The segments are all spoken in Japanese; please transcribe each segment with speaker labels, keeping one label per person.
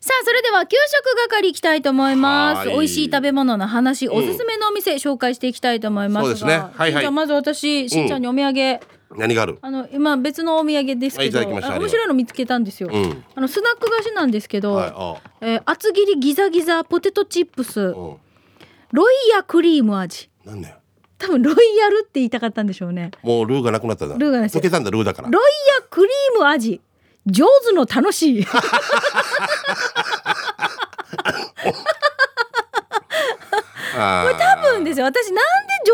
Speaker 1: さあそれでは給食係いきたいと思います
Speaker 2: はーい
Speaker 1: 美味しい食べ物の話、
Speaker 2: ん
Speaker 1: おすすめのお店紹介していきたいと思いますが
Speaker 2: そうですねはい
Speaker 1: しん
Speaker 2: はい
Speaker 1: ちゃんまず私しんちゃんにお土産、
Speaker 2: 何がある
Speaker 1: あの今別のお土産ですけど、
Speaker 2: はいいただきました
Speaker 1: あ
Speaker 2: あり
Speaker 1: 面
Speaker 2: がとう
Speaker 1: 白いの見つけたんですよ、
Speaker 2: うん
Speaker 1: あのスナック菓子なんですけど、
Speaker 2: はいあ
Speaker 1: えー厚切りギザギザポテトチップス
Speaker 2: うん
Speaker 1: ロイヤクリーム味
Speaker 2: なんだよ
Speaker 1: 多分ロイヤルって言いたかったんでしょうね
Speaker 2: もうルーがなくなったんだ
Speaker 1: ルーがないです
Speaker 2: 溶けたんだルーだから
Speaker 1: ロイヤクリーム味上手の楽しい
Speaker 2: あー
Speaker 1: 多分ですよ私なんで上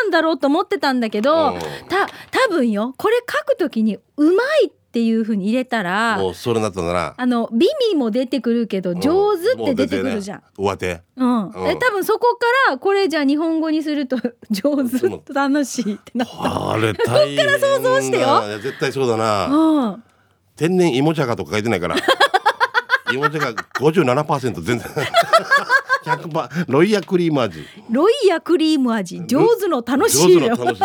Speaker 1: 手なんだろうと思ってたんだけど
Speaker 2: うん
Speaker 1: た多分よこれ書くときに「うまい」っていう風に入れたら
Speaker 2: もうそれになったんだな
Speaker 1: あの美味も出てくるけど上手って出てくるじゃん。
Speaker 2: もう出てね
Speaker 1: うん、
Speaker 2: うん
Speaker 1: え多分そこからこれじゃあ日本語にすると上手
Speaker 2: そう
Speaker 1: 楽しいってな
Speaker 2: 上手あれ大変だこっから想像
Speaker 1: してよ
Speaker 2: 絶対そうだな、
Speaker 1: うん
Speaker 2: 天然芋茶化とか書いてな いから芋茶化57%全然100%パーロイヤクリーム味
Speaker 1: ロイヤクリーム味上手の楽し
Speaker 2: 上
Speaker 1: い
Speaker 2: 手の
Speaker 1: よ
Speaker 2: 楽しい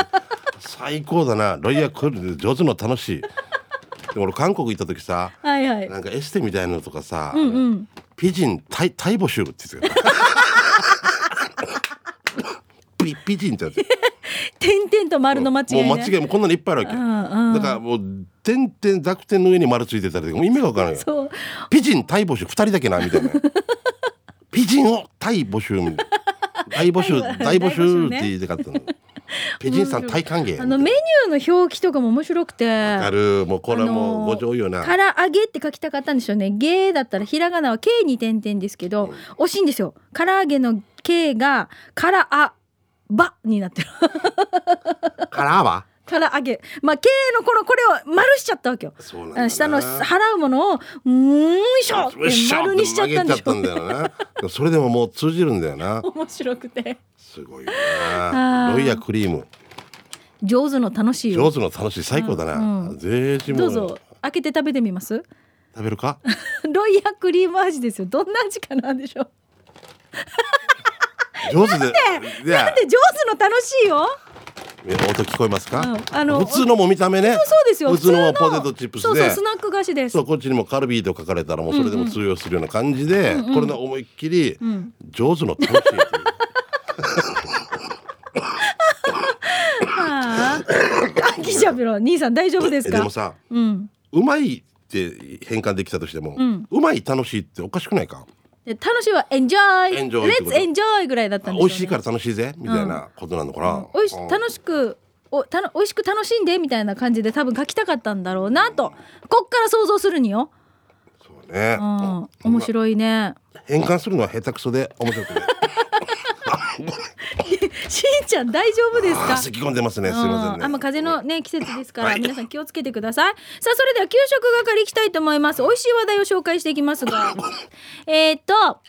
Speaker 2: 最高だなロイヤクリーム上手の楽しいでも俺韓国行った時さ
Speaker 1: はいはい
Speaker 2: なんかエステみたいなのとかさ、
Speaker 1: うんうん
Speaker 2: ピジン大大募集って言って たピピジンってやつ
Speaker 1: 点々と丸の間違いね
Speaker 2: もう間違いもうこんなのいっぱいあるわけ、
Speaker 1: うんうん
Speaker 2: だからもう点々濁点の上に丸ついてたりとかもう意味がわからないよ
Speaker 1: そう
Speaker 2: ピジン大募集2人だけなみた いなピジンを大募集みたいな大募集
Speaker 1: 大
Speaker 2: 大
Speaker 1: 募
Speaker 2: 募
Speaker 1: 集
Speaker 2: 集っ
Speaker 1: ね
Speaker 2: て言いたかっ たのピジンさん大歓迎
Speaker 1: あのメニューの表記とかも面白くて
Speaker 2: あるもうこれは
Speaker 1: あ
Speaker 2: もう
Speaker 1: のー
Speaker 2: ご上よな、
Speaker 1: 唐揚げって書きたかったんでしょうね。ゲーだったらひらがなは K に点々ですけど、惜しいんですよ。唐揚げの K がからあばになってる。
Speaker 2: からは
Speaker 1: 唐揚げ。まあ K のこのこれを丸しちゃったわけよ。
Speaker 2: そうなんだ
Speaker 1: あ
Speaker 2: な
Speaker 1: 下の払うものをうーんしょって丸にしちゃったんでしょ。
Speaker 2: 曲げちゃったんだよなでもそれでももう通じるんだよな
Speaker 1: 面白くて
Speaker 2: すごいよな
Speaker 1: あー
Speaker 2: ロイヤクリーム
Speaker 1: 上手の楽しいよ
Speaker 2: 上手の楽しい最高だ
Speaker 1: うんう
Speaker 2: な、
Speaker 1: ん
Speaker 2: ぜひも
Speaker 1: どうぞ開けて食べてみます。
Speaker 2: 食べるか
Speaker 1: ロイヤクリーム味ですよ。どんな味かなんでしょう。
Speaker 2: 上手でいや
Speaker 1: なんで上手の楽しいよ。
Speaker 2: いや音聞こえますか、
Speaker 1: うんあの
Speaker 2: 普通のも見た目ねそう
Speaker 1: そうですよ。
Speaker 2: 普通のポテトチップスで
Speaker 1: そうそうスナック菓子です。
Speaker 2: そうこっちにもカルビーと書かれたらもうそれでも通用するような感じで、これの思いっきり
Speaker 1: ん
Speaker 2: 上手の楽しいっていう
Speaker 1: ああ、ギジャブロ兄さん大丈夫です
Speaker 2: えで
Speaker 1: か
Speaker 2: も。さ
Speaker 1: うん。
Speaker 2: うまいって変換できたとしても、
Speaker 1: ん
Speaker 2: まい楽しいっておかしくないか
Speaker 1: で楽しいはエンジョイ、レ
Speaker 2: enjoy って
Speaker 1: ッ
Speaker 2: こ
Speaker 1: ツ
Speaker 2: と
Speaker 1: エンジョイぐらいだったんでしょ
Speaker 2: 美
Speaker 1: うね。
Speaker 2: 味しいから楽しいぜみたいなことなのかな、
Speaker 1: 美味し
Speaker 2: うん
Speaker 1: 楽しく。おたの美味しく楽しんでみたいな感じで多分書きたかったんだろうなとこっから想像するによ、
Speaker 2: そうね
Speaker 1: う、ん、面白いね
Speaker 2: 変換するのは下手くそで面白くない
Speaker 1: しんちゃん大丈夫です
Speaker 2: あー
Speaker 1: か
Speaker 2: 咳込んでますねすいません
Speaker 1: うん
Speaker 2: ね
Speaker 1: あんま風のね季節ですから、
Speaker 2: はい
Speaker 1: 皆さん気をつけてくださいさあそれでは給食係いきたいと思います美味しい話題を紹介していきます がえーっと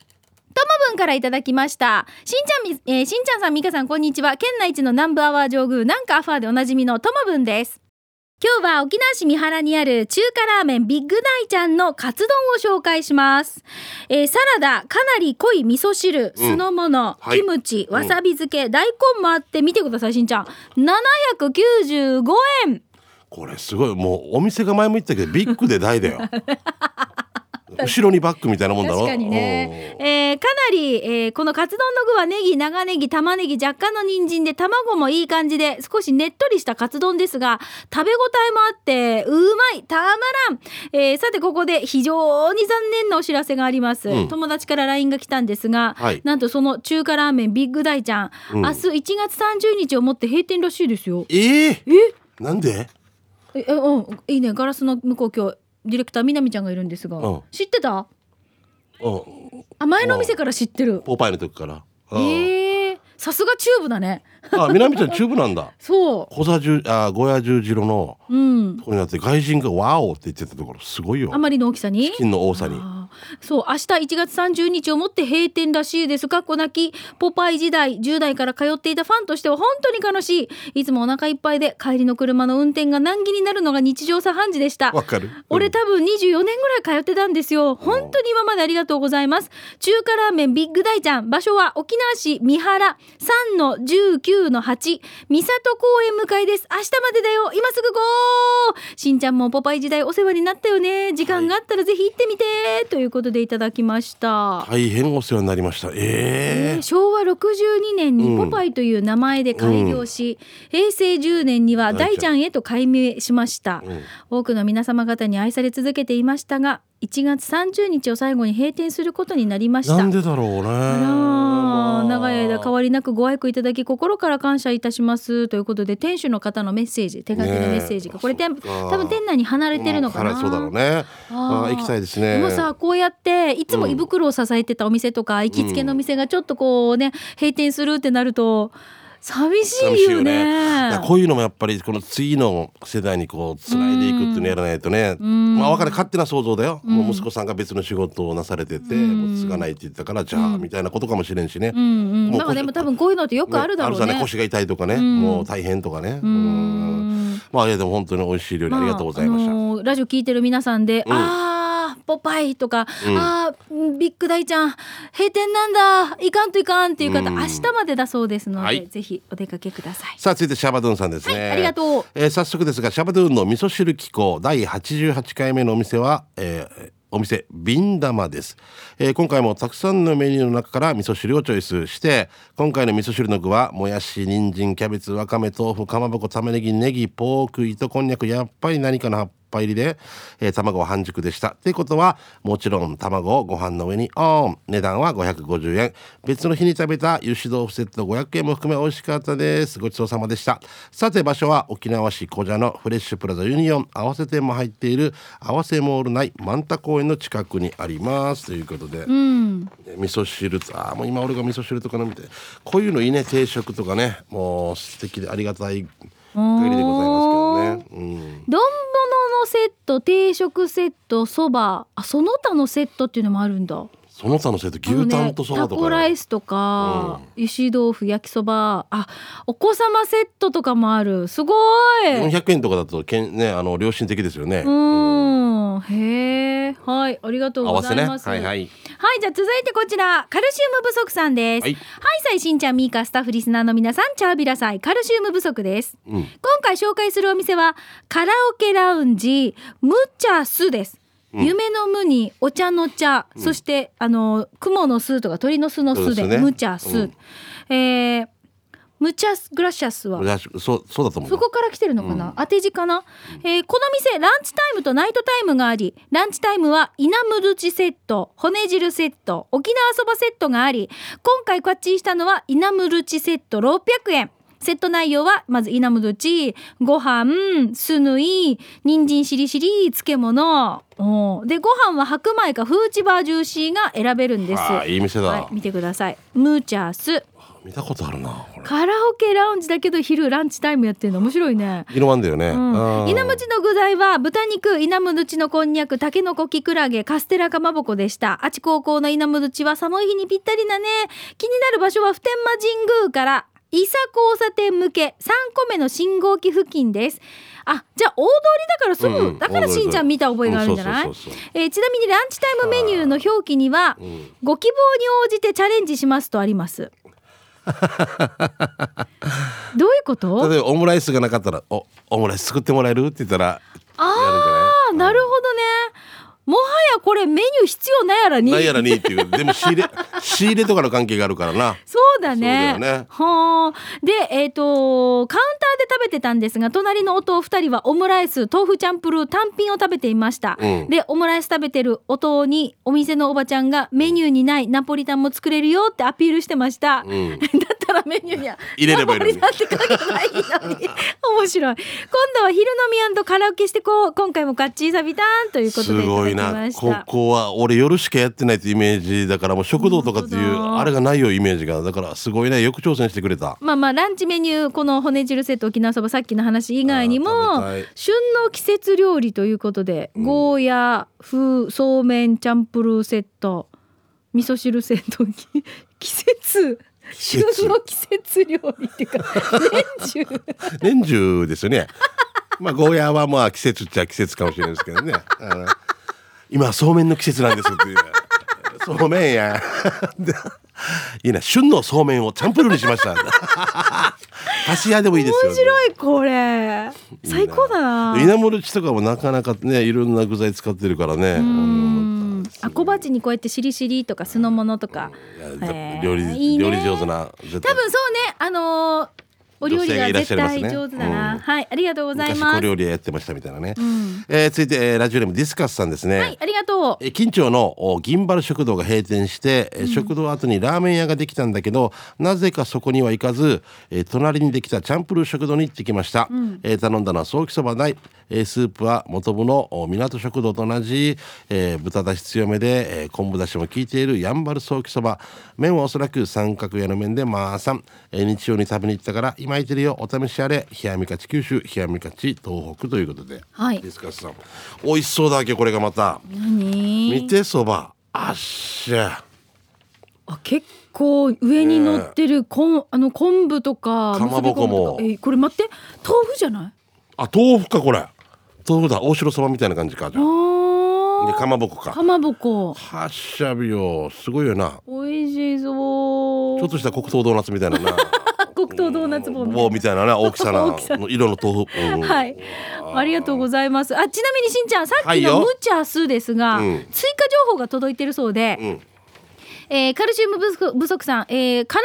Speaker 1: ともぶんからいただきましたしんちゃんみ、えーしんちゃんさんみかさんこんにちは県内一の南部アワー上宮なんかアファーでおなじみのともぶんです今日は沖縄市三原にある中華ラーメンビッグ大ちゃんのカツ丼を紹介します、えーサラダかなり濃い味噌汁
Speaker 2: うん
Speaker 1: 酢の物、
Speaker 2: はい
Speaker 1: キムチ
Speaker 2: うん
Speaker 1: わさび漬け、大根もあって見てくださいしんちゃん795円
Speaker 2: これすごいもうお店が前も言ったけどビッグで 大だよ後ろにバッグみたいなもんだろ
Speaker 1: 確かにね、えーかなり、えーこのカツ丼の具はネギ長ネギ玉ねぎ若干の人参で卵もいい感じで少しねっとりしたカツ丼ですが食べ応えもあってうまいたまらん、えーさてここで非常に残念なお知らせがあります、
Speaker 2: うん
Speaker 1: 友達から LINE が来たんですが、
Speaker 2: はい
Speaker 1: なんとその中華ラーメンビッグ大ちゃん、
Speaker 2: うん
Speaker 1: 明日1月30日をもって閉店らしいですよ
Speaker 2: うんえー、
Speaker 1: え
Speaker 2: なんで
Speaker 1: ええうんいいねガラスの向こう今日ディレクターみなみちゃんがいるんですが、
Speaker 2: うん
Speaker 1: 知ってた
Speaker 2: うん
Speaker 1: あ前のお店から知ってる
Speaker 2: ポパイの時からうん
Speaker 1: ええさすがチューブだね
Speaker 2: あ南ちゃんチューブなんだ
Speaker 1: そ
Speaker 2: 小座十あ小屋十字路の
Speaker 1: ううん
Speaker 2: とこになって外人がワオって言ってたところすごいよ
Speaker 1: あまりの大きさに
Speaker 2: 金の多さに
Speaker 1: あーそう明日1月30日をもって閉店らしいですかっこなきポパイ時代10代から通っていたファンとしては本当に悲しいいつもお腹いっぱいで帰りの車の運転が難儀になるのが日常茶飯事でした
Speaker 2: わかる
Speaker 1: 俺多分24年ぐらい通ってたんですよ本当に今までありがとうございます中華ラーメンビッグ大ちゃん場所は沖縄市三原3の19の8三里公園向かいです明日までだよ今すぐゴーしんちゃんもポパイ時代お世話になったよね時間があったらぜひ行ってみてといういうことでいただきました。
Speaker 2: 大変お世話になりました
Speaker 1: え
Speaker 2: え
Speaker 1: ー昭和62年にポパイという名前で開業し、平成10年には大ちゃんへと改名しました
Speaker 2: え、うん
Speaker 1: 多くの皆様方に愛され続けていましたが1月30日を最後に閉店することになりました
Speaker 2: なんでだろうね
Speaker 1: あらー
Speaker 2: まあ
Speaker 1: 長い間変わりなくご愛顧いただき心から感謝いたしますということで店主の方のメッセージ手書きのメッセージが、
Speaker 2: ねえ
Speaker 1: これ店
Speaker 2: そっか
Speaker 1: 多分店内に離れてるのかな、
Speaker 2: うんそうだろうねああ
Speaker 1: あー
Speaker 2: 行きたいですね
Speaker 1: でもさこうやっていつも
Speaker 2: うん
Speaker 1: 胃袋を支えてたお店とか、行きつけのお店がちょっとこうね閉店するってなると寂しいよね
Speaker 2: いやこういうのもやっぱりこの次の世代にこうつないでいくっていうのやらないとね、
Speaker 1: うん
Speaker 2: まあ分かる勝手な想像だよ、もう息子さんが別の仕事をなされてて、
Speaker 1: ん
Speaker 2: もう継がないって言ったからじゃあ、みたいなことかもしれんしね、
Speaker 1: うんうん、
Speaker 2: もう
Speaker 1: なんかでも多分こういうのってよくあるだろうね
Speaker 2: あさ腰が痛いとかね、
Speaker 1: ん
Speaker 2: もう大変とかね、
Speaker 1: う
Speaker 2: うん
Speaker 1: ん
Speaker 2: まあいやでも本当に美味しい料理ありがとうございました、
Speaker 1: ああのーラジオ聞いてる皆さんで、
Speaker 2: うん
Speaker 1: あーポパイとか、
Speaker 2: うん
Speaker 1: あービッグ大ちゃん閉店なんだいかんといかんっていう方、
Speaker 2: うん
Speaker 1: 明日までだそうですので、
Speaker 2: はい
Speaker 1: ぜひお出かけください
Speaker 2: さあ続いてシャバドゥンさんですね、
Speaker 1: はいありがとう
Speaker 2: えー早速ですがシャバドゥンの味噌汁機構第88回目のお店は、えーお店ビン玉です、えー今回もたくさんのメニューの中から味噌汁をチョイスして今回の味噌汁の具はもやし人参キャベツわかめ豆腐かまぼこ玉ねぎネギポーク糸こんにゃくやっぱり何かの葉っぱ入りで、えー卵は半熟でしたってことはもちろん卵をご飯の上にオン値段は550円別の日に食べた油脂豆腐セット500円も含め美味しかったですごちそうさまでしたさて場所は沖縄市小蛇のフレッシュプラザユニオン合わせ店も入っている合わせモール内万田公園の近くにありますということで、え味噌汁ああもう今俺が味噌汁とか飲みたいこういうのいいね定食とかねもう素敵でありがたい限りでございますけどね、うん、
Speaker 1: 丼物のセット定食セットそばあその他のセットっていうのもあるんだ
Speaker 2: その他の生徒牛タンとそ
Speaker 1: あのね、タ
Speaker 2: ばと
Speaker 1: コ
Speaker 2: か
Speaker 1: ラ
Speaker 2: ね、
Speaker 1: イスとか、油脂豆腐焼きそばあお子様セットとかもあるすごい
Speaker 2: 400円とかだとけんねあの良心的ですよね、
Speaker 1: うんへえはいありがとう
Speaker 2: 合
Speaker 1: ご
Speaker 2: わ
Speaker 1: ざ
Speaker 2: せ
Speaker 1: い
Speaker 2: ね
Speaker 1: ます
Speaker 2: はいはい
Speaker 1: はいじゃあ続いてこちらカルシウム不足さんです
Speaker 2: は
Speaker 1: はいい、さいしんちゃんみーかスタッフリスナーの皆さんチャービラさいカルシウム不足です、
Speaker 2: うん
Speaker 1: 今回紹介するお店はカラオケラウンジムチャスです、夢の無にお茶の茶、そしてあの雲の巣とか鳥の巣の
Speaker 2: そう
Speaker 1: 巣
Speaker 2: で
Speaker 1: です
Speaker 2: ね
Speaker 1: ムチャス、
Speaker 2: うん
Speaker 1: えームチャスグラシャスは
Speaker 2: らしそうそうだと思う
Speaker 1: そこから来てるのかな、当て字かな、えーこの店ランチタイムとナイトタイムがありランチタイムは稲むるちセット骨汁セット沖縄そばセットがあり今回こっちしたのは稲むるちセット600円セット内容はまず稲むるちご飯すぬい人参しりしり漬物おーでご飯は白米かフーチバージューシーが選べるんです
Speaker 2: ああいい店だ、
Speaker 1: はい、見てくださいムーチャース
Speaker 2: 見たことあるなこれ
Speaker 1: カラオケラウンジだけど昼ランチタイムやってるの面白いね
Speaker 2: 色ワンだよね、あ
Speaker 1: うん、
Speaker 2: ー
Speaker 1: 稲むちの具材は豚肉稲むちのこんにゃくたけのこきくらげカステラかまぼこでしたあち高校の稲むちは寒い日にぴったりだね気になる場所は普天間神宮から伊佐交差点向け3個目の信号機付近ですあじゃあ大通りだからすぐ、
Speaker 2: うんうん
Speaker 1: だからしんちゃん見た覚えがあるんじゃない、
Speaker 2: うんそうそうそうそう
Speaker 1: えーちなみにランチタイムメニューの表記には、
Speaker 2: ん
Speaker 1: ご希望に応じてチャレンジしますとあります どういうこと
Speaker 2: 例えばオムライスがなかったら「おオムライス作ってもらえる?」って言ったらやるんじ
Speaker 1: あ
Speaker 2: ゃ
Speaker 1: あ、なるほどね。もはやこれメニュー必要ないやら
Speaker 2: な
Speaker 1: に
Speaker 2: い。なんやらにっていうでも仕 入れ仕入れとかの関係があるからな
Speaker 1: そうだね。
Speaker 2: そうだよね
Speaker 1: はあ。で、えっ、と、カウンターで食べてたんですが、隣の夫お二人はオムライス、豆腐チャンプルー単品を食べていました。
Speaker 2: うん
Speaker 1: で、オムライス食べてる夫に、お店のおばちゃんがメニューにないナポリタンも作れるよってアピールしてました。
Speaker 2: ん
Speaker 1: だったらメニューには
Speaker 2: 入れればいいの に
Speaker 1: ナポリタンって書けばいいのに。面白い。今度は昼飲みカラオケしてこう。今回もガッチーサビタンということ
Speaker 2: す
Speaker 1: でいた
Speaker 2: ご
Speaker 1: だ
Speaker 2: い
Speaker 1: き
Speaker 2: な
Speaker 1: ました。
Speaker 2: ここは俺夜しかやってないってイメージだからもう食堂とかってい
Speaker 1: 本
Speaker 2: う
Speaker 1: 当だ
Speaker 2: あれがないよイメージがだからすごいねよく挑戦してくれた
Speaker 1: まあまあランチメニューこの骨汁セット沖縄そばさっきの話以外にも
Speaker 2: あー食べたい
Speaker 1: 旬の季節料理ということで、ゴーヤ風そうめんチャンプルーセット味噌汁セット季節
Speaker 2: 季節
Speaker 1: 旬の季節料理っていうか年中
Speaker 2: 年中ですよね まあゴーヤーはまあ季節っちゃ季節かもしれないですけどねあの今そうめんの季節なんですっていう そうめんや でいいな旬のそうめんをチャンプルーにしました 箸屋でもいいですよ、
Speaker 1: 面白いこれ最高だな
Speaker 2: 稲盛地とかもなかなかねいろんな具材使ってるからねうん
Speaker 1: あ小鉢にこうやってしりしりとか酢の物とか、
Speaker 2: いや
Speaker 1: へー
Speaker 2: 料
Speaker 1: いいね
Speaker 2: 理料理上手な絶
Speaker 1: 多分そうねあのーお料理が
Speaker 2: 女
Speaker 1: 絶
Speaker 2: 性がいらっしゃい
Speaker 1: 対
Speaker 2: ますね
Speaker 1: 上手だな、
Speaker 2: うん
Speaker 1: はいありがとうござい
Speaker 2: 昔
Speaker 1: ま
Speaker 2: 小
Speaker 1: す
Speaker 2: 料理屋やってましたみたいな
Speaker 1: ん
Speaker 2: ね、えー続いて、えーラジオネームディスカスさんですね、
Speaker 1: はいありがとう
Speaker 2: えー近町のお銀バル食堂が閉店して、えー食堂後にラーメン屋ができたんだけどなぜかそこには行かず、えー隣にできたチャンプルー食堂に行ってきました、えー頼んだのはソーキそばない、えースープは元部のお港食堂と同じ、えー豚だし強めで、えー昆布だしも効いているやんばるソーキそば麺はおそらく三角屋の麺でまあさん、えー日曜に食べに行ったから今行ってるよお試しあれ冷やみかち九州冷やみかち東北ということで、
Speaker 1: はい
Speaker 2: ディスカスさん美味しそうだっけこれがまた。見
Speaker 1: 何
Speaker 2: てそばあっしゃ
Speaker 1: あ結構上に乗ってるこんあの昆布とか
Speaker 2: かまぼこも
Speaker 1: 結び昆布とかえこれ待って豆腐じゃない
Speaker 2: あ豆腐かこれ豆腐だ大城そばみたいな感じかじゃあで
Speaker 1: あ
Speaker 2: かまぼこ
Speaker 1: あ
Speaker 2: か
Speaker 1: かまぼこ
Speaker 2: はっしゃびよすごいよな
Speaker 1: 美味しそう
Speaker 2: ちょっとした黒糖ドーナツみたいな な
Speaker 1: あ黒糖ドーナツ棒みたい
Speaker 2: 棒みたいなね大きさな
Speaker 1: 大きさ
Speaker 2: の色の豆腐、うん
Speaker 1: なはいありがとうございますあちなみにしんちゃんさっ
Speaker 2: は
Speaker 1: き
Speaker 2: い
Speaker 1: の
Speaker 2: よ
Speaker 1: ムチャスですが、
Speaker 2: うん
Speaker 1: 追加情報が届いてるそうで、
Speaker 2: うん
Speaker 1: えーカルシウム不足不足さん、えーカラ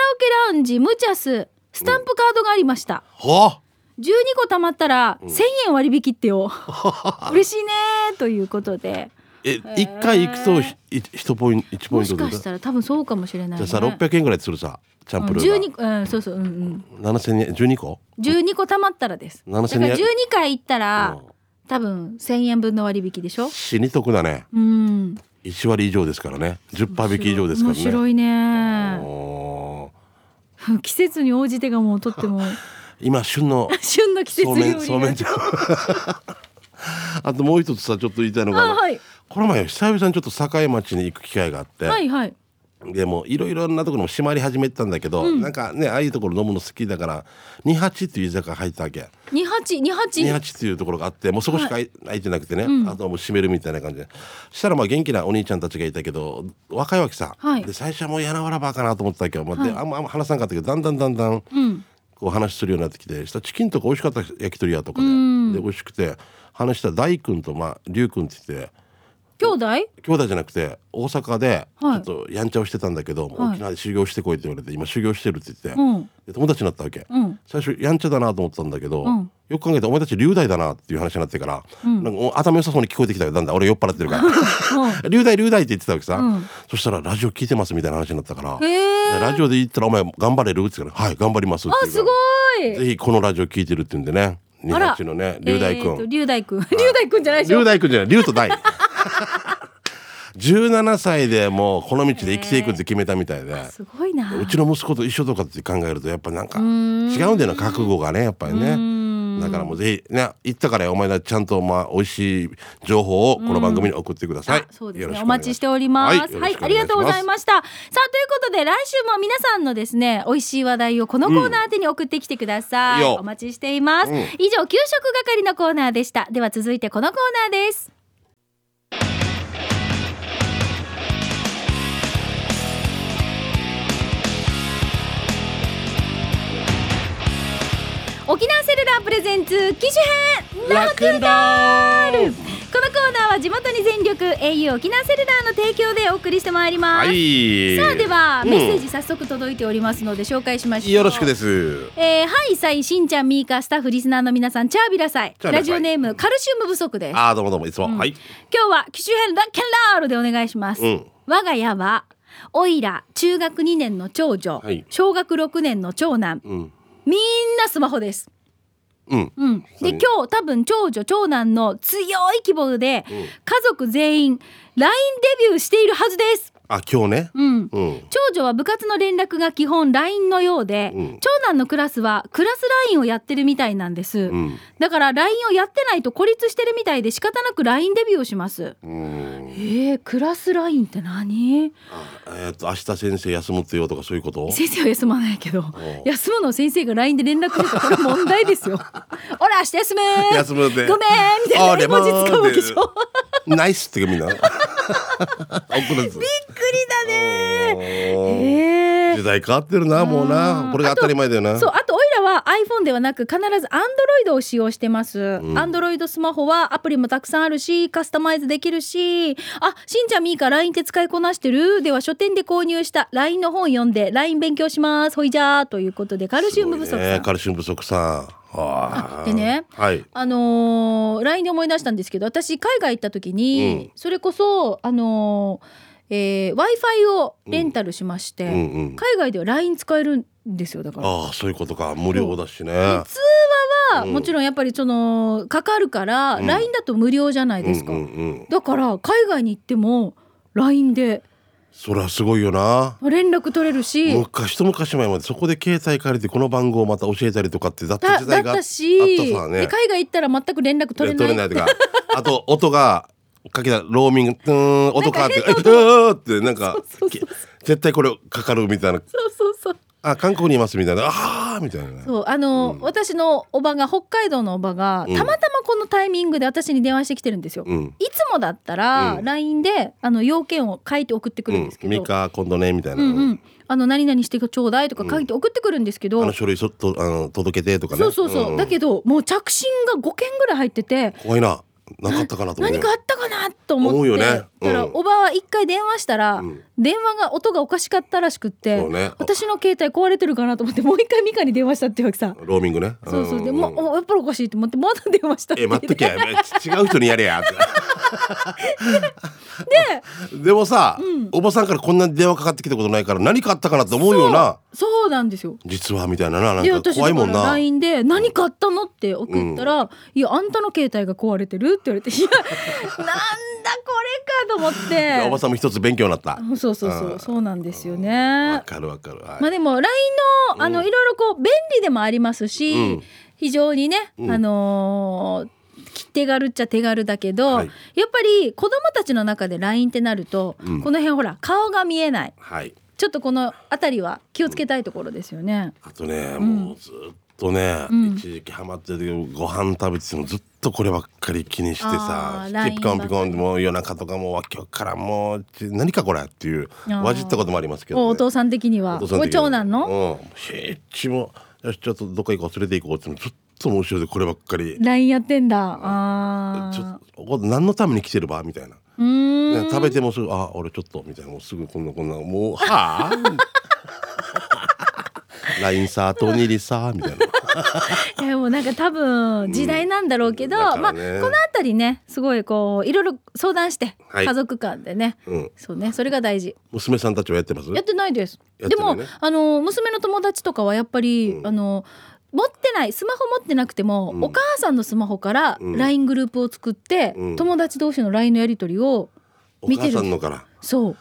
Speaker 1: オケラウンジムチャススタンプカードがありました、
Speaker 2: は
Speaker 1: 12個貯まったら1000円割引って よ、嬉しいねーということで
Speaker 2: え一回行くとひい一ポイント一ポ
Speaker 1: も
Speaker 2: イン
Speaker 1: し
Speaker 2: ト
Speaker 1: か
Speaker 2: で
Speaker 1: したら多分そうかもしれない、
Speaker 2: じゃ
Speaker 1: ね、
Speaker 2: あさ600円ぐらいするさチャンプル
Speaker 1: 十
Speaker 2: ー
Speaker 1: 二、うん、そうそう、うんうん、
Speaker 2: が7000円12個
Speaker 1: 12個貯まったらですだから
Speaker 2: 7200
Speaker 1: 12回行ったら、
Speaker 2: うん
Speaker 1: 多分1000円分の割引でしょ
Speaker 2: 死に得だね
Speaker 1: うん
Speaker 2: 1割以上ですからね10%引き以上ですからね
Speaker 1: 面白いね
Speaker 2: おー
Speaker 1: 季節に応じてがもうとって も
Speaker 2: 今旬の
Speaker 1: 旬の季節
Speaker 2: そうめんそ
Speaker 1: 料
Speaker 2: うめ
Speaker 1: 理が
Speaker 2: んじゃん あともう一つさちょっと言いたいのが、
Speaker 1: あはい
Speaker 2: この前久々にちょっと境町に行く機会があって、
Speaker 1: はいはい
Speaker 2: でもいろいろなところも閉まり始めてたんだけど、なんかねああいうところ飲むの好きだから28っていう居酒屋入ったわけ
Speaker 1: 二八二八
Speaker 2: 28っていうところがあってもうそこしか開い開いてなくてね、あとはもう閉めるみたいな感じでしたらまあ元気なお兄ちゃんたちがいたけど若いわけさ、
Speaker 1: はい
Speaker 2: で最初はもうやなわらばかなと思ってたけど、まあ
Speaker 1: はい
Speaker 2: であんまあんま話さなかったけどだんだんだんだん
Speaker 1: うん
Speaker 2: こう話するようになってきてしたらチキンとか美味しかった焼き鳥屋とかで,、
Speaker 1: うん
Speaker 2: で美味しくて話したら大君と、まあ、龍君って言って
Speaker 1: 兄弟
Speaker 2: 兄弟じゃなくて大阪でちょ
Speaker 1: はい
Speaker 2: っとやんちゃをしてたんだけど、もう
Speaker 1: はい
Speaker 2: 沖縄で修行してこいって言われて今修行してるって言って、
Speaker 1: うん
Speaker 2: で友達になったわけ、
Speaker 1: うん
Speaker 2: 最初やんちゃだなと思ってたんだけど、
Speaker 1: うん
Speaker 2: よく考えてお前たち龍大だなっていう話になってから、
Speaker 1: うん
Speaker 2: なんかお頭良さそうに聞こえてきたよだんだん俺酔っ払って るから龍大龍大って言ってたわけさ、
Speaker 1: うん
Speaker 2: そしたらラジオ聞いてますみたいな話になったから、
Speaker 1: へえ
Speaker 2: でラジオで言ったら「お前頑張れる?」って言うから「はい頑張ります」って
Speaker 1: あ
Speaker 2: 言うか
Speaker 1: す
Speaker 2: ら
Speaker 1: ごい
Speaker 2: ぜひこのラジオ聞いてるって言うんでね。
Speaker 1: あら
Speaker 2: 28のね、龍大
Speaker 1: えーと
Speaker 2: 君。
Speaker 1: 龍大君 龍大君じゃないでし
Speaker 2: 龍
Speaker 1: ょ
Speaker 2: 大君じゃない、龍と大。17歳でもうこの道で生きていくって決めたみたいで。
Speaker 1: すごいな
Speaker 2: うちの息子と一緒とかって考えるとやっぱなんか違うんだよな覚悟がねやっぱりねだからもうぜひね行ったからお前らちゃんとまあ美味しい情報をこの番組に送ってください
Speaker 1: あそうです
Speaker 2: よろ
Speaker 1: ね。
Speaker 2: く
Speaker 1: お待ちしております。はい、
Speaker 2: はいよろしく
Speaker 1: あ
Speaker 2: お
Speaker 1: り
Speaker 2: 願
Speaker 1: がとうござい
Speaker 2: し
Speaker 1: ました。さあ、ということで、来週も皆さんのですね、美味しい話題をこのコーナー宛てに送ってきてください。
Speaker 2: いいよ
Speaker 1: お待ちしています。
Speaker 2: うん
Speaker 1: 以上、給食係のコーナーでした。では、続いてこのコーナーです。沖縄セルラープレゼンツ機種編ラクダールこのコーナーは地元に全力 au 沖縄セルラーの提供でお送りしてまいります、
Speaker 2: はい
Speaker 1: さあでは
Speaker 2: うん
Speaker 1: メッセージ早速届いておりますので紹介しましょう
Speaker 2: よろしくです
Speaker 1: えー、はいさいしんちゃんみーかスタッフリスナーの皆さんチャービラさい
Speaker 2: チャービラさい
Speaker 1: ラジオネームカルシウム不足です
Speaker 2: ああどうもどうもいつも、
Speaker 1: ん
Speaker 2: はい
Speaker 1: 今日は機種編ラッケンラールでお願いします、
Speaker 2: うん
Speaker 1: 我が家はおいら中学2年の長女、
Speaker 2: はい
Speaker 1: 小学6年の長男
Speaker 2: うん
Speaker 1: みんなスマホです
Speaker 2: うん
Speaker 1: うん、で
Speaker 2: そう
Speaker 1: 今日多分長女長男の強い希望で、
Speaker 2: ん
Speaker 1: 家族全員 LINE デビューしているはずです、
Speaker 2: あ今日ね
Speaker 1: うん、
Speaker 2: うん
Speaker 1: 長女は部活の連絡が基本 LINE のようで、
Speaker 2: うん
Speaker 1: 長男のクラスはクラス LINE をやってるみたいなんです、
Speaker 2: うん
Speaker 1: だから LINE をやってないと孤立してるみたいで仕方なく LINE デビューをします
Speaker 2: うん
Speaker 1: えー、クラス LINE って何
Speaker 2: あえっと明日先生休むってよとかそういうこと
Speaker 1: 先生は休まないけど休むのを先生が LINE で連絡するとこれ問題です よほら明日休む
Speaker 2: 休むで
Speaker 1: ごめんみたいな絵文字使うわけでしょびっ
Speaker 2: ナイスってみんな 送るんです
Speaker 1: くりだね
Speaker 2: おー
Speaker 1: えー
Speaker 2: 時代変わってるなもうな
Speaker 1: うん
Speaker 2: これが当たり前だよな
Speaker 1: そうあとオイラは iPhone ではなく必ず Android を使用してます、Android スマホはアプリもたくさんあるしカスタマイズできるしあしんちゃんみーか LINE って使いこなしてるでは書店で購入した LINE の本読んで LINE 勉強しますほいじゃーということでカルシウム不足さん、
Speaker 2: ねカルシウム不足さんはあ
Speaker 1: でね
Speaker 2: はい
Speaker 1: あのー、LINE で思い出したんですけど私海外行った時に、それこそ、あのーえ w i f i をレンタルしまして、
Speaker 2: うんうん
Speaker 1: 海外では LINE 使えるんですよだから。
Speaker 2: ああそういうことか無料だしね
Speaker 1: 通話はもちろんやっぱりそのかかるから、LINE だと無料じゃないですか、
Speaker 2: うんうんうん
Speaker 1: だから海外に行っても LINE で
Speaker 2: そりゃすごいよな
Speaker 1: 連絡取れるし
Speaker 2: 昔一昔前までそこで携帯借りてこの番号をまた教えたりとかってだっ
Speaker 1: だ
Speaker 2: た時
Speaker 1: だっ
Speaker 2: 代があったた
Speaker 1: し
Speaker 2: さね
Speaker 1: で海外行ったら全く連絡取れない
Speaker 2: 取れない とかあと音がかけたローミング「うーん音か」って「えっってなんか
Speaker 1: そうそうそう
Speaker 2: 絶対これかかるみたいな
Speaker 1: そうそうそう
Speaker 2: 「あ韓国にいます」みたいな「ああ」みたいな
Speaker 1: そうあの、私のおばが北海道のおばが、たまたまこのタイミングで私に電話してきてるんですよ、
Speaker 2: うん
Speaker 1: いつもだったら
Speaker 2: うん
Speaker 1: LINE であの要件を書いて送ってく
Speaker 2: う
Speaker 1: るんで
Speaker 2: ん
Speaker 1: す
Speaker 2: 「
Speaker 1: けど、
Speaker 2: ミカ今度ね」みたいな、
Speaker 1: うんうん、あの何々してちょうだいとか書いて送ってくるんですけど、
Speaker 2: あの書類そっとあの届けてとかね
Speaker 1: そうそうそう、
Speaker 2: んん
Speaker 1: だけどもう着信が5件ぐらい入ってて
Speaker 2: 怖いななかったかなと思う
Speaker 1: 何かあったかなと思って
Speaker 2: 思うよねうん
Speaker 1: だからおばは一回電話したら、
Speaker 2: ん
Speaker 1: 電話が音がおかしかったらしくって、
Speaker 2: そうね
Speaker 1: 私の携帯壊れてるかなと思ってもう一回ミカに電話したってわけさ、
Speaker 2: ローミングね
Speaker 1: そうそうで
Speaker 2: んん
Speaker 1: もうおやっぱりおかしいと思ってまだ電話したって
Speaker 2: え
Speaker 1: 言っ
Speaker 2: 待
Speaker 1: て
Speaker 2: っとき ゃ違う人にやれやででもさ、おばさんからこんな電話かかってきたことないから何かあったかなって思うような
Speaker 1: そうなんですよ
Speaker 2: 実はみたいななな
Speaker 1: で
Speaker 2: んか
Speaker 1: 私
Speaker 2: 怖い
Speaker 1: だ
Speaker 2: も
Speaker 1: か
Speaker 2: ん
Speaker 1: ら
Speaker 2: な
Speaker 1: LINE で「何かあったの?」って送ったら「いやあんたの携帯が壊れてる?」って言われて「い やなんだこれか」と思って
Speaker 2: おばさんも一つ勉強になった
Speaker 1: あそうそうそうそうなんですよ
Speaker 2: わ
Speaker 1: ね。
Speaker 2: かるわかる、はい
Speaker 1: まあでも LINE のあのいろいろこう便利でもありますし、
Speaker 2: うん
Speaker 1: 非常にね、あのーき手軽っちゃ手軽だけど、
Speaker 2: はい
Speaker 1: やっぱり子供たちの中で LINE ってなると、この辺ほら顔が見えない
Speaker 2: はい
Speaker 1: ちょっとこの辺りは気をつけたいところですよね。
Speaker 2: あとね、もうずっとね、一時期ハマってるご飯食べててもずっとこればっかり気にして
Speaker 1: あ
Speaker 2: さ
Speaker 1: ー
Speaker 2: ピ
Speaker 1: LINE
Speaker 2: ピコンピコンでもう夜中とかもうわけわからんもうち何かこれっていう
Speaker 1: ー
Speaker 2: わじったこともありますけど、ね、
Speaker 1: おお父さん的には
Speaker 2: お
Speaker 1: お
Speaker 2: 父さん的に
Speaker 1: 長男の
Speaker 2: うん平地もよしちょっとどっか行こう連れて行こうっていうのずっともう後ろでこればっかり
Speaker 1: LINE やってんだ。あ
Speaker 2: ちょ
Speaker 1: ー
Speaker 2: っとこれ何のために来てるばみたいな、
Speaker 1: うーん
Speaker 2: 食べてもすぐあ俺ちょっとみたいなもうすぐこんなこんな もうはあ LINE さあとおにぎりさみたいな
Speaker 1: いやもうなんか多分時代なんだろうけど、
Speaker 2: うんだか
Speaker 1: ま
Speaker 2: ら
Speaker 1: あこ
Speaker 2: ね
Speaker 1: の辺りねすごいこういろいろ相談して、
Speaker 2: はい
Speaker 1: 家族間でね、
Speaker 2: うん
Speaker 1: そうねそれが大事
Speaker 2: 娘さんたちはやってます
Speaker 1: やってないです、
Speaker 2: やっ
Speaker 1: で
Speaker 2: てない
Speaker 1: も
Speaker 2: ね
Speaker 1: あの娘の友達とかはやっぱり、あの持ってないスマホ持ってなくても、お母さんのスマホから LINE グループを作って、
Speaker 2: うん
Speaker 1: 友達同士の LINE のやり取りを
Speaker 2: お
Speaker 1: 見て
Speaker 2: 母
Speaker 1: る
Speaker 2: さんのから
Speaker 1: そ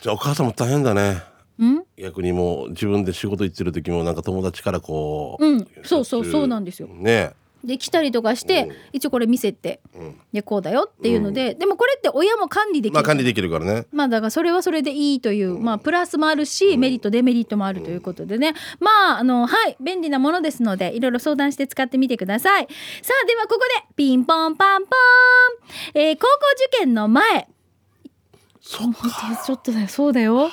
Speaker 2: じゃあお母さんも大変だね
Speaker 1: ううん
Speaker 2: 逆にもう自分で仕事行ってる時もなんか友達からこう、
Speaker 1: うんそうそうそうなんですよ
Speaker 2: ね
Speaker 1: で来たりとかして、一応これ見せて、でこうだよっていうので、でもこれって親も管理できる、
Speaker 2: まあ管理できるからね
Speaker 1: まあだからそれはそれでいいという、まあプラスもあるし、メリットデメリットもあるということでね、まああのはい便利なものですのでいろいろ相談して使ってみてくださいさあではここでピンポンパンポーン、えー高校受験の前
Speaker 2: そっ
Speaker 1: もうちょっとだよそうだよ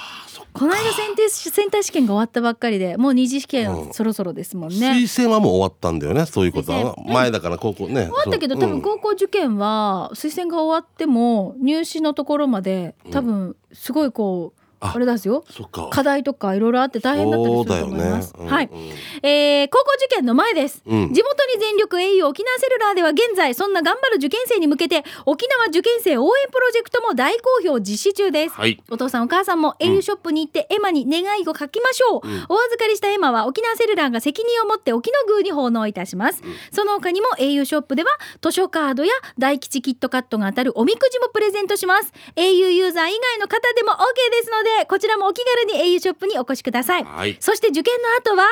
Speaker 1: この間選定選択試験が終わったばっかりでもう二次試験そろそろですもんね、
Speaker 2: 推薦はもう終わったんだよねそういうこと
Speaker 1: 推
Speaker 2: は前だから高校ね終
Speaker 1: 終わったけど多分高校受験は推薦が終わっても入試のところまで多分すごいこう、
Speaker 2: あ
Speaker 1: あれなんですよ
Speaker 2: そっか
Speaker 1: 課題とかいろいろあって大変だったりすると思います。
Speaker 2: そうだよねうん
Speaker 1: はい、えー高校受験の前です、
Speaker 2: うん
Speaker 1: 地元に全力 au 沖縄セルラーでは現在そんな頑張る受験生に向けて沖縄受験生応援プロジェクトも大好評実施中です。
Speaker 2: はい
Speaker 1: お父さんお母さんも au ショップに行ってエマに願いを書きましょう、お預かりしたエマは沖縄セルラーが責任を持って沖の宮に奉納いたします、その他にも au ショップでは図書カードや大吉キットカットが当たるおみくじもプレゼントします au ユーザー以外の方でも OK ですのでこちらもお気軽に au ショップにお越しください、
Speaker 2: はい
Speaker 1: そして受験の後は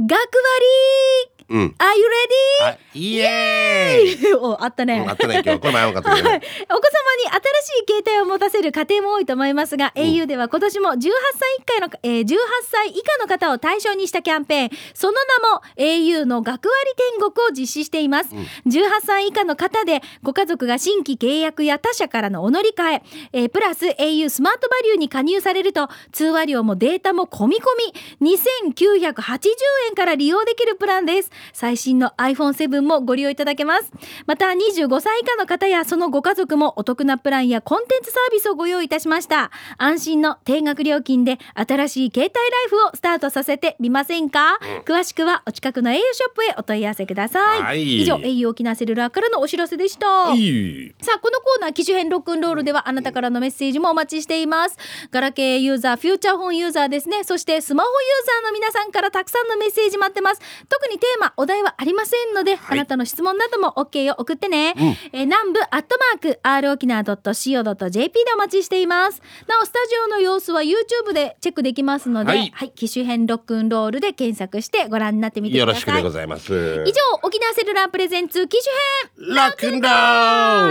Speaker 1: 学割
Speaker 2: うん、
Speaker 1: Are you
Speaker 2: あイエーイ
Speaker 1: ready? おあったね、
Speaker 2: うんあったね今日これ前分かったけど
Speaker 1: お子様
Speaker 2: ね
Speaker 1: に新しい携帯を持たせる家庭も多いと思いますが、au では今年も18歳以下の、えー18歳以下の方を対象にしたキャンペーン、その名も au の学割天国を実施しています。18歳以下の方でご家族が新規契約や他社からのお乗り換ええープラス au スマートバリューに加入されるれると通話料もデータも込み込み2980円から利用できるプランです最新の iPhone7 もご利用いただけますまた25歳以下の方やそのご家族もお得なプランやコンテンツサービスをご用意いたしました安心の定額料金で新しい携帯ライフをスタートさせてみませんか、詳しくはお近くの au ショップへお問い合わせください、
Speaker 2: はい
Speaker 1: 以上 au 沖縄セルラーからのお知らせでした、
Speaker 2: い
Speaker 1: さあこのコーナー機種編ロックンロールではあなたからのメッセージもお待ちしていますガラケーユーザーフューチャーフォンユーザーですねそしてスマホユーザーの皆さんからたくさんのメッセージ待ってます特にテーマお題はありませんので、
Speaker 2: い
Speaker 1: あなたの質問なども OK を送ってね、えー南部アットマーク r 沖縄 .co.jp でお待ちしていますなおスタジオの様子は YouTube でチェックできますので、
Speaker 2: は
Speaker 1: はいい機種編ロックンロールで検索してご覧になってみて
Speaker 2: よ
Speaker 1: くだ
Speaker 2: ろしく
Speaker 1: さ
Speaker 2: で
Speaker 1: い
Speaker 2: ございます
Speaker 1: 以上沖縄セルラープレゼンツ機種編
Speaker 2: ラックンロー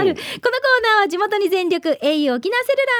Speaker 1: このコーナーは地元に全力 au 沖縄セルラー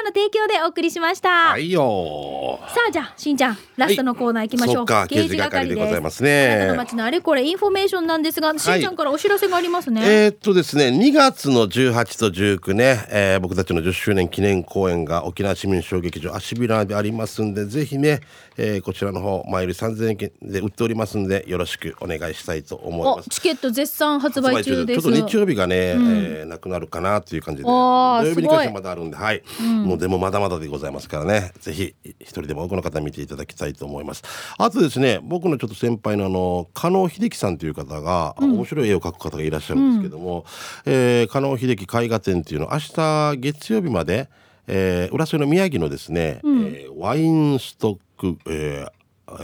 Speaker 1: の提供でお送りしました、
Speaker 2: はいよ
Speaker 1: さあじゃあしんちゃんラストのコーナー行きましょう、
Speaker 2: そっか
Speaker 1: 刑
Speaker 2: 刑
Speaker 1: 事
Speaker 2: 事
Speaker 1: 係
Speaker 2: 係
Speaker 1: で
Speaker 2: ですございます
Speaker 1: あなたの
Speaker 2: ね
Speaker 1: 町のあれこれインフォメーションなんですが、しんちゃんからお知らせがありますね、
Speaker 2: えーっとですね2月の18と19ね、えー僕たちの10周年記念公演が沖縄市民小劇場アシビラでありますんでぜひね、えーこちらの方前より3000円で売っておりますんでよろしくお願いしたいと思い
Speaker 1: お
Speaker 2: ます
Speaker 1: チケット絶賛発
Speaker 2: 発
Speaker 1: 売
Speaker 2: 売
Speaker 1: 中
Speaker 2: 中
Speaker 1: で
Speaker 2: ですちょっと日曜日がね、えーなくなるかなという感じで
Speaker 1: あー
Speaker 2: 土曜日に関
Speaker 1: す
Speaker 2: して
Speaker 1: ごい
Speaker 2: まだあるんではい、もうでもまだまだでございますからねぜひ一人でも多くの方見ていただきたいと思いますあとですね僕のちょっと先輩のあの加納秀樹さんという方が、面白い絵を描く方がいらっしゃるんですけども、えー加納秀樹絵画展っていうの明日月曜日まで、えー浦添の宮城のですね、えーワインストック、えー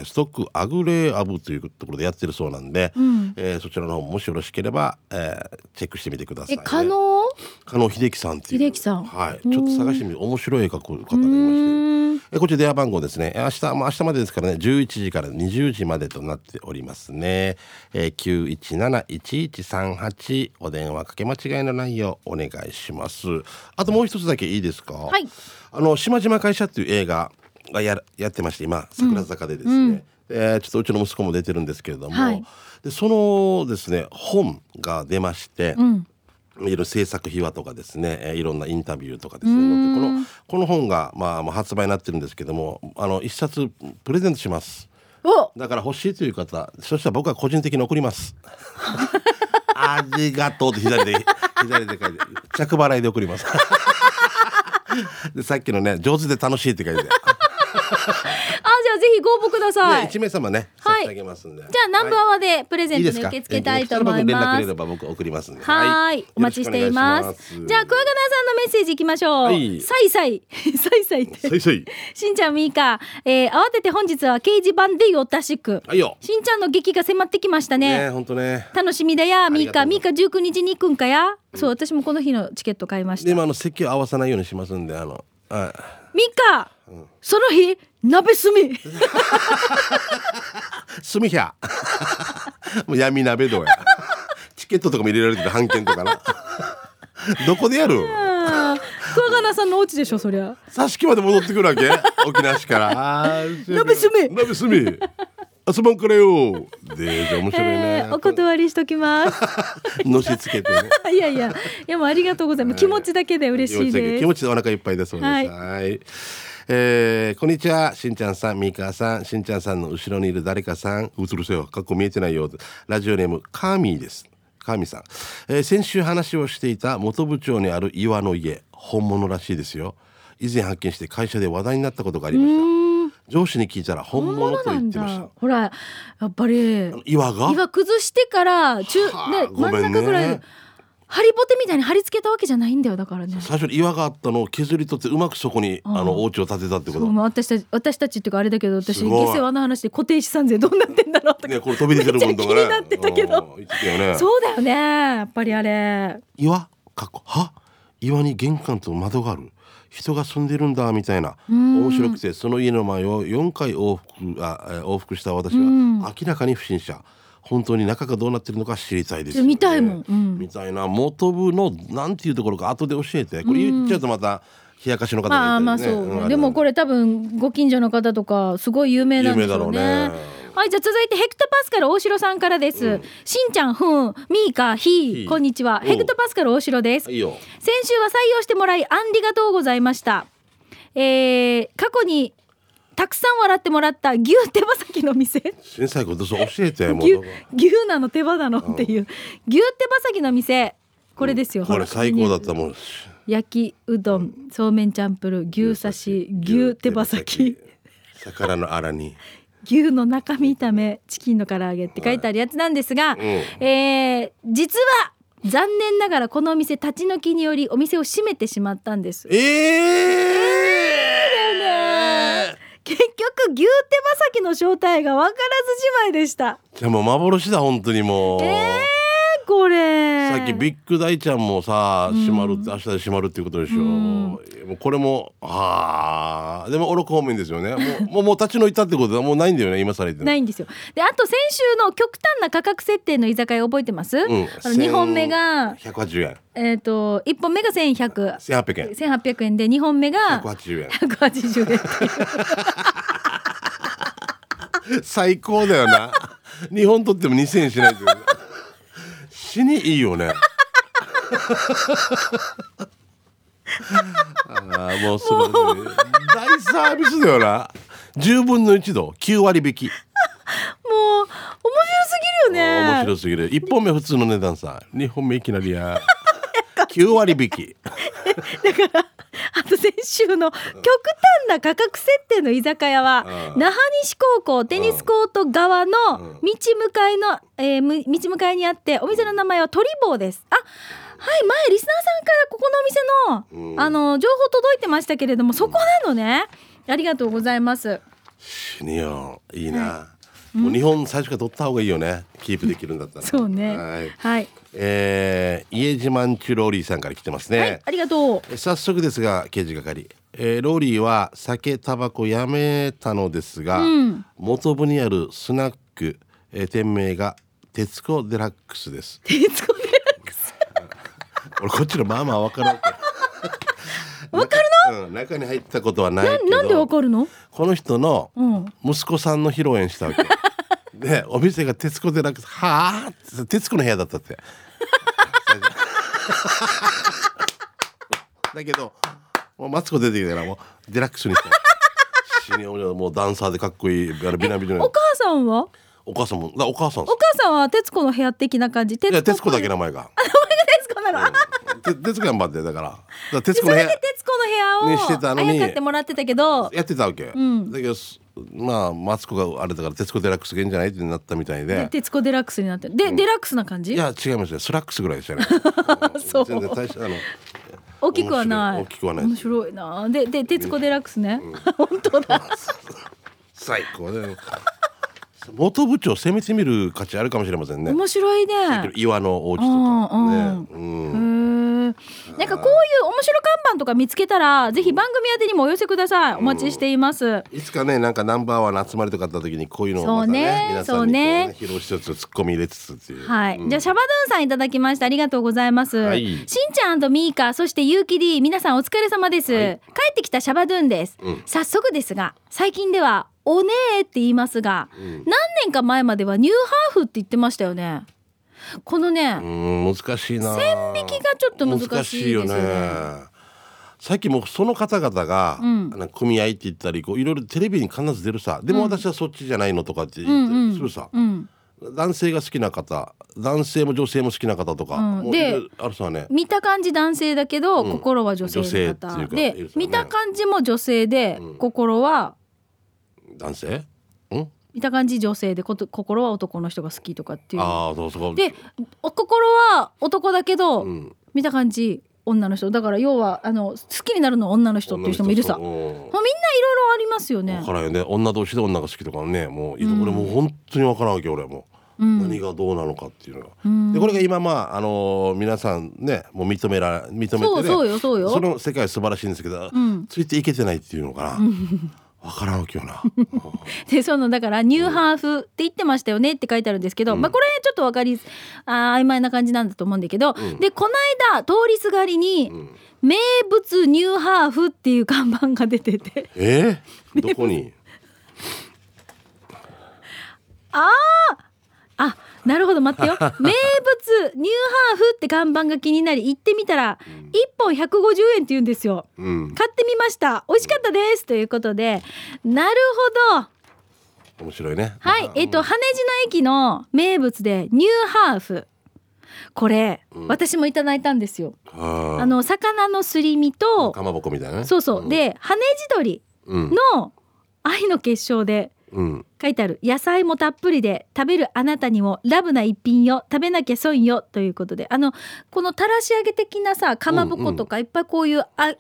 Speaker 2: ストックアグレーアブというところでやってるそうなんで、えーそちらの方ももしよろしければ、えーチェックしてみてください、
Speaker 1: え
Speaker 2: ね。
Speaker 1: 可能
Speaker 2: 加納秀樹さんっていう
Speaker 1: 秀樹さん
Speaker 2: はい、ちょっと探してみる面白い絵描く方がいましてえこっち電話番号ですねえ明日まあ明日までですからね11時から20時までとなっておりますね、えー、9171138お電話かけ間違いのないようお願いしますあともう一つだけいいですかはいあの島島会社っていう映画がやらやってまして今桜坂でですね、えーちょっとうちの息子も出てるんですけれども、
Speaker 1: はい
Speaker 2: でそのですね本が出まして、いろいろ制作秘話とかですね、えーいろんなインタビューとかですね載ってこのこの本が、まあ、もう発売になってるんですけどもあの一冊プレゼントします
Speaker 1: お
Speaker 2: だから欲しいという方そしたら僕は個人的に送ります ありがとうって左で左で書いて着払いで送ります でさっきのね上手で楽しいって書いて、ね、
Speaker 1: あじゃあぜひご応募ください、
Speaker 2: 1名様ね差
Speaker 1: はい
Speaker 2: し上げますんで、
Speaker 1: じゃあ南部アワーでプレゼ
Speaker 2: いい
Speaker 1: ン
Speaker 2: で
Speaker 1: ト
Speaker 2: す
Speaker 1: で
Speaker 2: か
Speaker 1: 受け付けたいと思います
Speaker 2: えー来たら僕連絡くれれば僕送りますんで
Speaker 1: はーい、お待ちしています。
Speaker 2: よろくお願いし
Speaker 1: じゃあ、クワガナさんのメッセージいきましょう。
Speaker 2: はい
Speaker 1: サイサイ、 サイサイって。
Speaker 2: さ いさい
Speaker 1: しんちゃん、みーか、えー、慌てて本日は掲示板でよたしく。
Speaker 2: はいよ
Speaker 1: しんちゃんの劇が迫ってきましたね。
Speaker 2: ね本当ね
Speaker 1: 楽しみだや、みーか、
Speaker 2: あり
Speaker 1: みー
Speaker 2: が
Speaker 1: か19日に行くんかや。そう、私もこの日のチケット買いました。
Speaker 2: で
Speaker 1: み
Speaker 2: もあの席を合わさないようにしますんであの
Speaker 1: ー
Speaker 2: は
Speaker 1: か、その日、鍋すみ。
Speaker 2: いすみひゃもう闇鍋どうやチケットとかも入れられてる半券とかなどこでやる
Speaker 1: あークワガナさんのお家でしょ、そりゃ。
Speaker 2: 挿し木まで戻ってくるわけ沖縄市から
Speaker 1: 鍋すみ
Speaker 2: 鍋すみ遊ばんからよでじゃあ面白いね
Speaker 1: え、ーお断りしときます。
Speaker 2: のしつけてね
Speaker 1: いやいや、いやもうありがとうございます。気持ちだけで嬉しいです
Speaker 2: 気。持ちでお腹いっぱいだそうです。
Speaker 1: は
Speaker 2: はいい。えーこんにちはしんちゃんさんみーかーさんしんちゃんさんの後ろにいる誰かさんうつるせよかっこ見えてないようでラジオネームカーミーですカーミーさん、えー先週話をしていた元部長にある岩の家本物らしいですよ以前発見して会社で話題になったことがありました上司に聞いたら本物と言ってました
Speaker 1: ほらやっぱり
Speaker 2: 岩が
Speaker 1: 岩崩してから中、
Speaker 2: はあ
Speaker 1: ね、
Speaker 2: ご
Speaker 1: 真
Speaker 2: めんね
Speaker 1: ん中ぐらいでハリボテみたいに貼り付けたわけじゃないんだよだからね。
Speaker 2: 最初に岩があったのを削り取ってうまくそこにあのお家を建てたってこ
Speaker 1: そう
Speaker 2: と
Speaker 1: もう私たち私たちっていうかあれだけど私
Speaker 2: すごい
Speaker 1: 下世話の話で固定資産税どうなってんだろうとか、
Speaker 2: ねこれ飛び出てるもんとかね
Speaker 1: めっちゃ気になってたけど
Speaker 2: うん言ってたよね
Speaker 1: そうだよねやっぱりあれ
Speaker 2: 岩かっこは岩に玄関と窓がある人が住んでるんだみたいな面白くてその家の前を4回往復あえー往復した私は明らかに不審者本当に中がどうなってるのか知りたいですよ、ね、
Speaker 1: 見たいもんうん
Speaker 2: みたいな元部のなんていうところか後で教えてこれ言っちゃうとまた冷やかしの方がいたりね
Speaker 1: まあまあそう、
Speaker 2: ん
Speaker 1: でもこれ多分ご近所の方とかすごい有名なんですよ
Speaker 2: 有名
Speaker 1: ね
Speaker 2: だろうね
Speaker 1: はいじゃあ続いてヘクトパスカル大城さんからです、しんちゃんふんみーかひ
Speaker 2: い
Speaker 1: ーこんにちは
Speaker 2: うん
Speaker 1: ヘクトパスカル大城です
Speaker 2: いいよ
Speaker 1: 先週は採用してもらいありがとうございましたえー過去にたくさん笑ってもらった牛手羽先の店
Speaker 2: 新最後どうぞ教えてもう
Speaker 1: 牛牛なの手羽なのっていう牛手羽先の店これですよ、ほ
Speaker 2: こ
Speaker 1: ら
Speaker 2: れ最高だったもんし
Speaker 1: 焼きうどんそうめんチャンプルー牛刺し牛手羽先
Speaker 2: 魚のあらに
Speaker 1: 牛の中身炒めチキンの唐揚げって書いてあるやつなんですが、えー実は残念ながらこのお店立ち退きによりお店を閉めてしまったんです
Speaker 2: ええ
Speaker 1: 結局牛手羽先の正体が分からずじまいでした
Speaker 2: じゃあもう幻だ本当にもう、
Speaker 1: えーこれ
Speaker 2: さっきビッグ大ちゃんもさ閉まるって、明日で閉まるっていうことでしょ、もうこれもあーでも愚か方面ですよねもうもうもう立ち退いたってことはもうないんだよね今更言って
Speaker 1: ないいんですよであと先週の極端な価格設定の居酒屋覚えてます、
Speaker 2: ん
Speaker 1: あの2本目が、
Speaker 2: 180円
Speaker 1: えー、と1本目が1100
Speaker 2: 1800円
Speaker 1: 1800円で2本目が
Speaker 2: 180円
Speaker 1: 180円っていう
Speaker 2: 最高だよ な日本取っても2000円しないという死にいいよねあーもう素晴らしい大サービスだよな10分の1度9割引き
Speaker 1: もう面白すぎるよね
Speaker 2: 面白すぎる1本目普通の値段さ2本目いきなりや9割引き
Speaker 1: あと先週の極端な価格設定の居酒屋は、
Speaker 2: うん
Speaker 1: 那覇西高校テニスコート側の道向かいの、えーむ道向かいにあってお店の名前は鳥坊ですあはい前リスナーさんからここのお店の、
Speaker 2: うん
Speaker 1: あの情報届いてましたけれどもそこなのね、ありがとうございます
Speaker 2: 死によいいな、もう日本最初から取った方がいいよねキープできるんだったら
Speaker 1: そうね
Speaker 2: はい
Speaker 1: はい、
Speaker 2: えー、家島んちゅローリーさんから来てますね、
Speaker 1: はい、ありがと う
Speaker 2: え早速ですが刑事係、えーローリーは酒タバコやめたのですが、元部にあるスナック、えー店名が徹子デラックスです
Speaker 1: 徹子デラックス
Speaker 2: 俺こっちのまあまあわからんけど
Speaker 1: わ
Speaker 2: かるの、うん、中に入ったことはないけ
Speaker 1: な
Speaker 2: ど
Speaker 1: なんでわかるの
Speaker 2: この人の
Speaker 1: うん
Speaker 2: 息子さんの披露宴し たわけでお店が「徹子デラックス」はあって徹子の部屋だったって だけどもうマツコ出てきたからもうデラックスにした死に俺はもうダンサーでかっこいいあのビナビナ
Speaker 1: お
Speaker 2: の
Speaker 1: 母さんは
Speaker 2: お母さんもだお母さんで
Speaker 1: お
Speaker 2: す
Speaker 1: 母さんは徹子の部屋的な感じ徹
Speaker 2: いや徹
Speaker 1: っ
Speaker 2: 子
Speaker 1: ぽい
Speaker 2: だけ名前が
Speaker 1: あ名前が 徹子なの、
Speaker 2: て徹子頑張ってだからだから徹
Speaker 1: で
Speaker 2: 子
Speaker 1: そ
Speaker 2: の部
Speaker 1: れ
Speaker 2: 屋
Speaker 1: で徹子の部屋を
Speaker 2: にしてたのに
Speaker 1: あやかってもらってたけど
Speaker 2: やってたわけ、
Speaker 1: ん
Speaker 2: だけどすまあマツコがあれだから「徹子デラックス」がいいんじゃないってなったみたいで
Speaker 1: で徹子デラックスになってるで、デラックスな感じ
Speaker 2: いや違いますよスラックスぐらいでしたね
Speaker 1: そう
Speaker 2: 全然大したあの
Speaker 1: 大きくはない
Speaker 2: 面白い大きくはない
Speaker 1: 面白いなでで徹子デラックスね、本当だ
Speaker 2: 最高だよ元部長攻めてみる価値あるかもしれませんね
Speaker 1: 面白いね
Speaker 2: 岩のお家と
Speaker 1: う
Speaker 2: か
Speaker 1: ん
Speaker 2: ね、う
Speaker 1: へ
Speaker 2: ん
Speaker 1: ーなんかこういう面白看板とか見つけたらぜひ番組宛てにもお寄せくださいお待ちしています、
Speaker 2: いつかねなんかナンバーワンの集まりとかあった時にこういうのをまたね皆
Speaker 1: そ
Speaker 2: さ
Speaker 1: うん
Speaker 2: にこう、
Speaker 1: ね
Speaker 2: ね、披露しつつツッコミ入れつつっていう、
Speaker 1: はい、じゃあシャバドゥンさんいただきましたありがとうございます、
Speaker 2: はい
Speaker 1: しんちゃんミーカそしてゆうき D 皆さんお疲れ様です、
Speaker 2: はい
Speaker 1: 帰ってきたシャバドゥンです、
Speaker 2: うん
Speaker 1: 早速ですが最近ではおねえって言いますが、何
Speaker 2: ん
Speaker 1: 年か前まではニューハーフって言ってましたよねこのね、
Speaker 2: うん難しいな
Speaker 1: 線引きがちょっと難しいですよね
Speaker 2: さっきもその方々が、
Speaker 1: ん
Speaker 2: なんか組合って言ったりこういろいろテレビに必ず出るさでも私はそっちじゃないのとかって言ったりするさ、
Speaker 1: うん
Speaker 2: 男性が好きな方男性も女性も好きな方とか、
Speaker 1: うん
Speaker 2: もう
Speaker 1: で
Speaker 2: いろいろあるさね
Speaker 1: 見た感じ男性だけど、
Speaker 2: うん
Speaker 1: 心は女性の
Speaker 2: 女性ってい
Speaker 1: 方
Speaker 2: うかいるよ
Speaker 1: で
Speaker 2: ね
Speaker 1: 見た感じも女性で、
Speaker 2: うん
Speaker 1: 心は
Speaker 2: 男性うん
Speaker 1: 見た感じ女性でこと心は男の人が好きとかっていう
Speaker 2: ああそうそう
Speaker 1: でお心は男だけど、
Speaker 2: うん
Speaker 1: 見た感じ女の人だから要はあの好きになるのは女の人っていう人もいるさ
Speaker 2: 女
Speaker 1: もう
Speaker 2: の
Speaker 1: みん
Speaker 2: 人
Speaker 1: な
Speaker 2: そう
Speaker 1: いろいろありますよ
Speaker 2: うん
Speaker 1: ね
Speaker 2: わからんよね女同士で女が好きとかねもういろ
Speaker 1: うん
Speaker 2: 俺もう本当にわからんわけ俺も、
Speaker 1: うん
Speaker 2: 何がどうなのかっていうのが、
Speaker 1: うん
Speaker 2: でこれが今まああのー皆さんねもう認めら認めてね
Speaker 1: そうそうよそうよ
Speaker 2: その世界素晴らしいんですけど、
Speaker 1: ん
Speaker 2: ついていけてないっていう のかな、わからんわけよな
Speaker 1: でそのだからニューハーフって言ってましたよねって書いてあるんですけど、まあこれちょっとわかりあー曖昧な感じなんだと思うんだけど、でこの間通りすがりに、名物ニューハーフっていう看板が出てて
Speaker 2: えー、どこに
Speaker 1: あなるほど待って よ名物ニューハーフって看板が気になり行ってみたら1本150円って言うんですよ
Speaker 2: うん
Speaker 1: 買ってみました美味しかったですということでなるほど
Speaker 2: 面白いね
Speaker 1: はい、えっと、羽地の駅の名物でニューハーフ。これ、私もいただいたんですよ。
Speaker 2: あ
Speaker 1: あの魚のすり身と、
Speaker 2: かまぼこみたいなね
Speaker 1: そうそう、で、羽地鶏
Speaker 2: うん
Speaker 1: の愛の結晶で。
Speaker 2: うん
Speaker 1: 書いてある野菜もたっぷりで食べるあなたにもラブな一品よ食べなきゃ損よということであのこのたらし揚げ的なさかまぼことかいっぱいこういうあ揚げ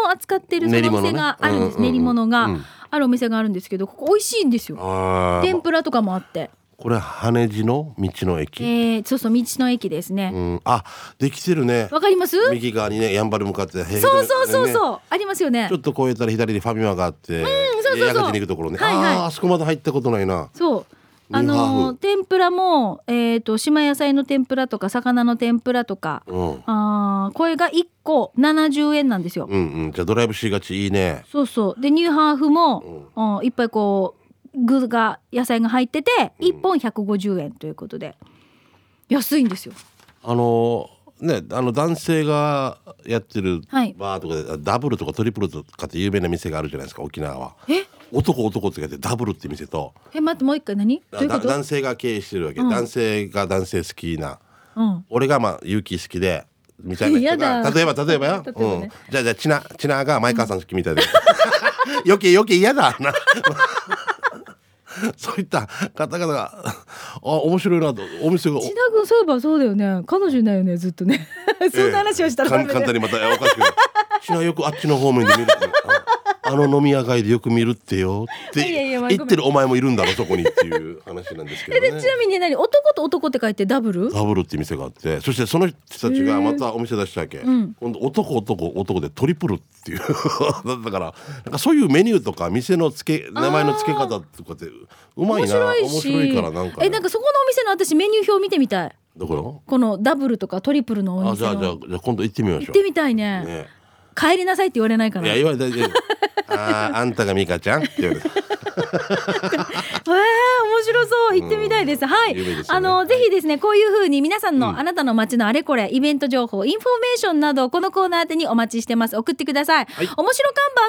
Speaker 1: 物を扱ってるそ
Speaker 2: 練り
Speaker 1: のお
Speaker 2: 物ね
Speaker 1: 店があるんです
Speaker 2: うんうんうん
Speaker 1: 練り物
Speaker 2: う
Speaker 1: が
Speaker 2: ん
Speaker 1: あるお店があるんですけどここ美味しいんですよ
Speaker 2: あ
Speaker 1: 天
Speaker 2: ー
Speaker 1: ぷらとかもあって
Speaker 2: これ羽地の道の駅
Speaker 1: えー、そうそう道の駅ですね
Speaker 2: う。んあできてるね
Speaker 1: わ、かります？そう
Speaker 2: 右側にねやんばる向かってそう
Speaker 1: そうそう
Speaker 2: う
Speaker 1: そう、ありますよね
Speaker 2: ちょ。っと越えたら左にファミマがあってうん
Speaker 1: そうそうそう
Speaker 2: に行くところね
Speaker 1: はいはい
Speaker 2: あーあそこまで入ったことないな
Speaker 1: そう。あ
Speaker 2: ニューハ
Speaker 1: の
Speaker 2: ー
Speaker 1: ー
Speaker 2: フ
Speaker 1: 天ぷらもえっ、と島野菜の天ぷらとか魚の天ぷらとか、
Speaker 2: うん
Speaker 1: ああこれが一個七十円なんですよ。
Speaker 2: うんうんじゃあドライブしがちいいね
Speaker 1: そうそう。でニューハーフも、うん、いっぱいこう具が野菜が入ってて一本百五十円ということで安いんですよ。
Speaker 2: あのねあの男性がやってる
Speaker 1: はい
Speaker 2: バーとかで、ダブルとかトリプルとかって有名な店があるじゃないですか沖縄は
Speaker 1: え
Speaker 2: 男男って書いてダブルって店と
Speaker 1: え待ってもう一回何？どういうこ
Speaker 2: だ
Speaker 1: と？
Speaker 2: 男性が経営してるわけ、男性が男性好きな
Speaker 1: うん。
Speaker 2: 俺がまあ勇気好きでみたいな人
Speaker 1: やだ
Speaker 2: が例えば例えばよ、
Speaker 1: 例えば
Speaker 2: う
Speaker 1: ね
Speaker 2: ん、じゃあじゃあちなちなが前川さん好きみた いでよけよけ嫌だ なそういった方々があ面白いなとお店が
Speaker 1: 千田君そういえばそうだよね彼女いないよねずっとねそんな話をしたらダ
Speaker 2: か
Speaker 1: メ
Speaker 2: ん
Speaker 1: だよ
Speaker 2: 簡単にまたおかしくなるちなよくあっちの方面で見るってああの飲み屋街でよく見るってよっ
Speaker 1: いやい
Speaker 2: て
Speaker 1: やまあ
Speaker 2: 言ってるお前もいるんだろそこにっていう話なんですけ
Speaker 1: え
Speaker 2: ど
Speaker 1: でち
Speaker 2: ね
Speaker 1: なみに何男と男って書いてダブル
Speaker 2: ダブルって店があってそしてその人たちがまたお店出したわけ、今度男男男でトリプルっていう だからなんかそういうメニューとか店の付け名前の付け方とかってうま
Speaker 1: 面
Speaker 2: いな
Speaker 1: 白い
Speaker 2: 面
Speaker 1: し
Speaker 2: 白いからなんか,、ね、
Speaker 1: えなんかそこのお店の私メニュー表見てみたい
Speaker 2: だから
Speaker 1: このダブルとかトリプルのお
Speaker 2: あじ
Speaker 1: 店
Speaker 2: ゃあじゃあ
Speaker 1: の
Speaker 2: じゃあ今度行ってみまし
Speaker 1: 行っ
Speaker 2: ょう
Speaker 1: てみたいね
Speaker 2: ね
Speaker 1: 帰りなさいって言われないか
Speaker 2: い
Speaker 1: な
Speaker 2: や
Speaker 1: えー、
Speaker 2: 言われたらあーあんたがミカちゃんって言われた
Speaker 1: 面白そう行ってみたいですはい
Speaker 2: 有名ですよね
Speaker 1: あのぜひですねこういう風に皆さんのあなたの街のあれこれイベント情報インフォメーションなどこのコーナー宛てにお待ちしてます送ってください、
Speaker 2: い
Speaker 1: 面白看板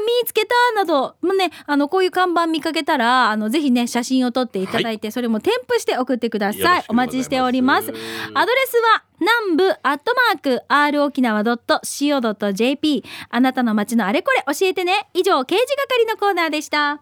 Speaker 1: 見つけたなどもねあのこういう看板見かけたらあのぜひね写真を撮っていただいて、それも添付して送ってくだ
Speaker 2: よ ろ
Speaker 1: さ
Speaker 2: し
Speaker 1: い
Speaker 2: く
Speaker 1: お待ちしております
Speaker 2: ござい
Speaker 1: アドレスは南部アットマーク r 沖縄 .co.jp あなたの街のあれこれ教えてね以上刑事係のコーナーでした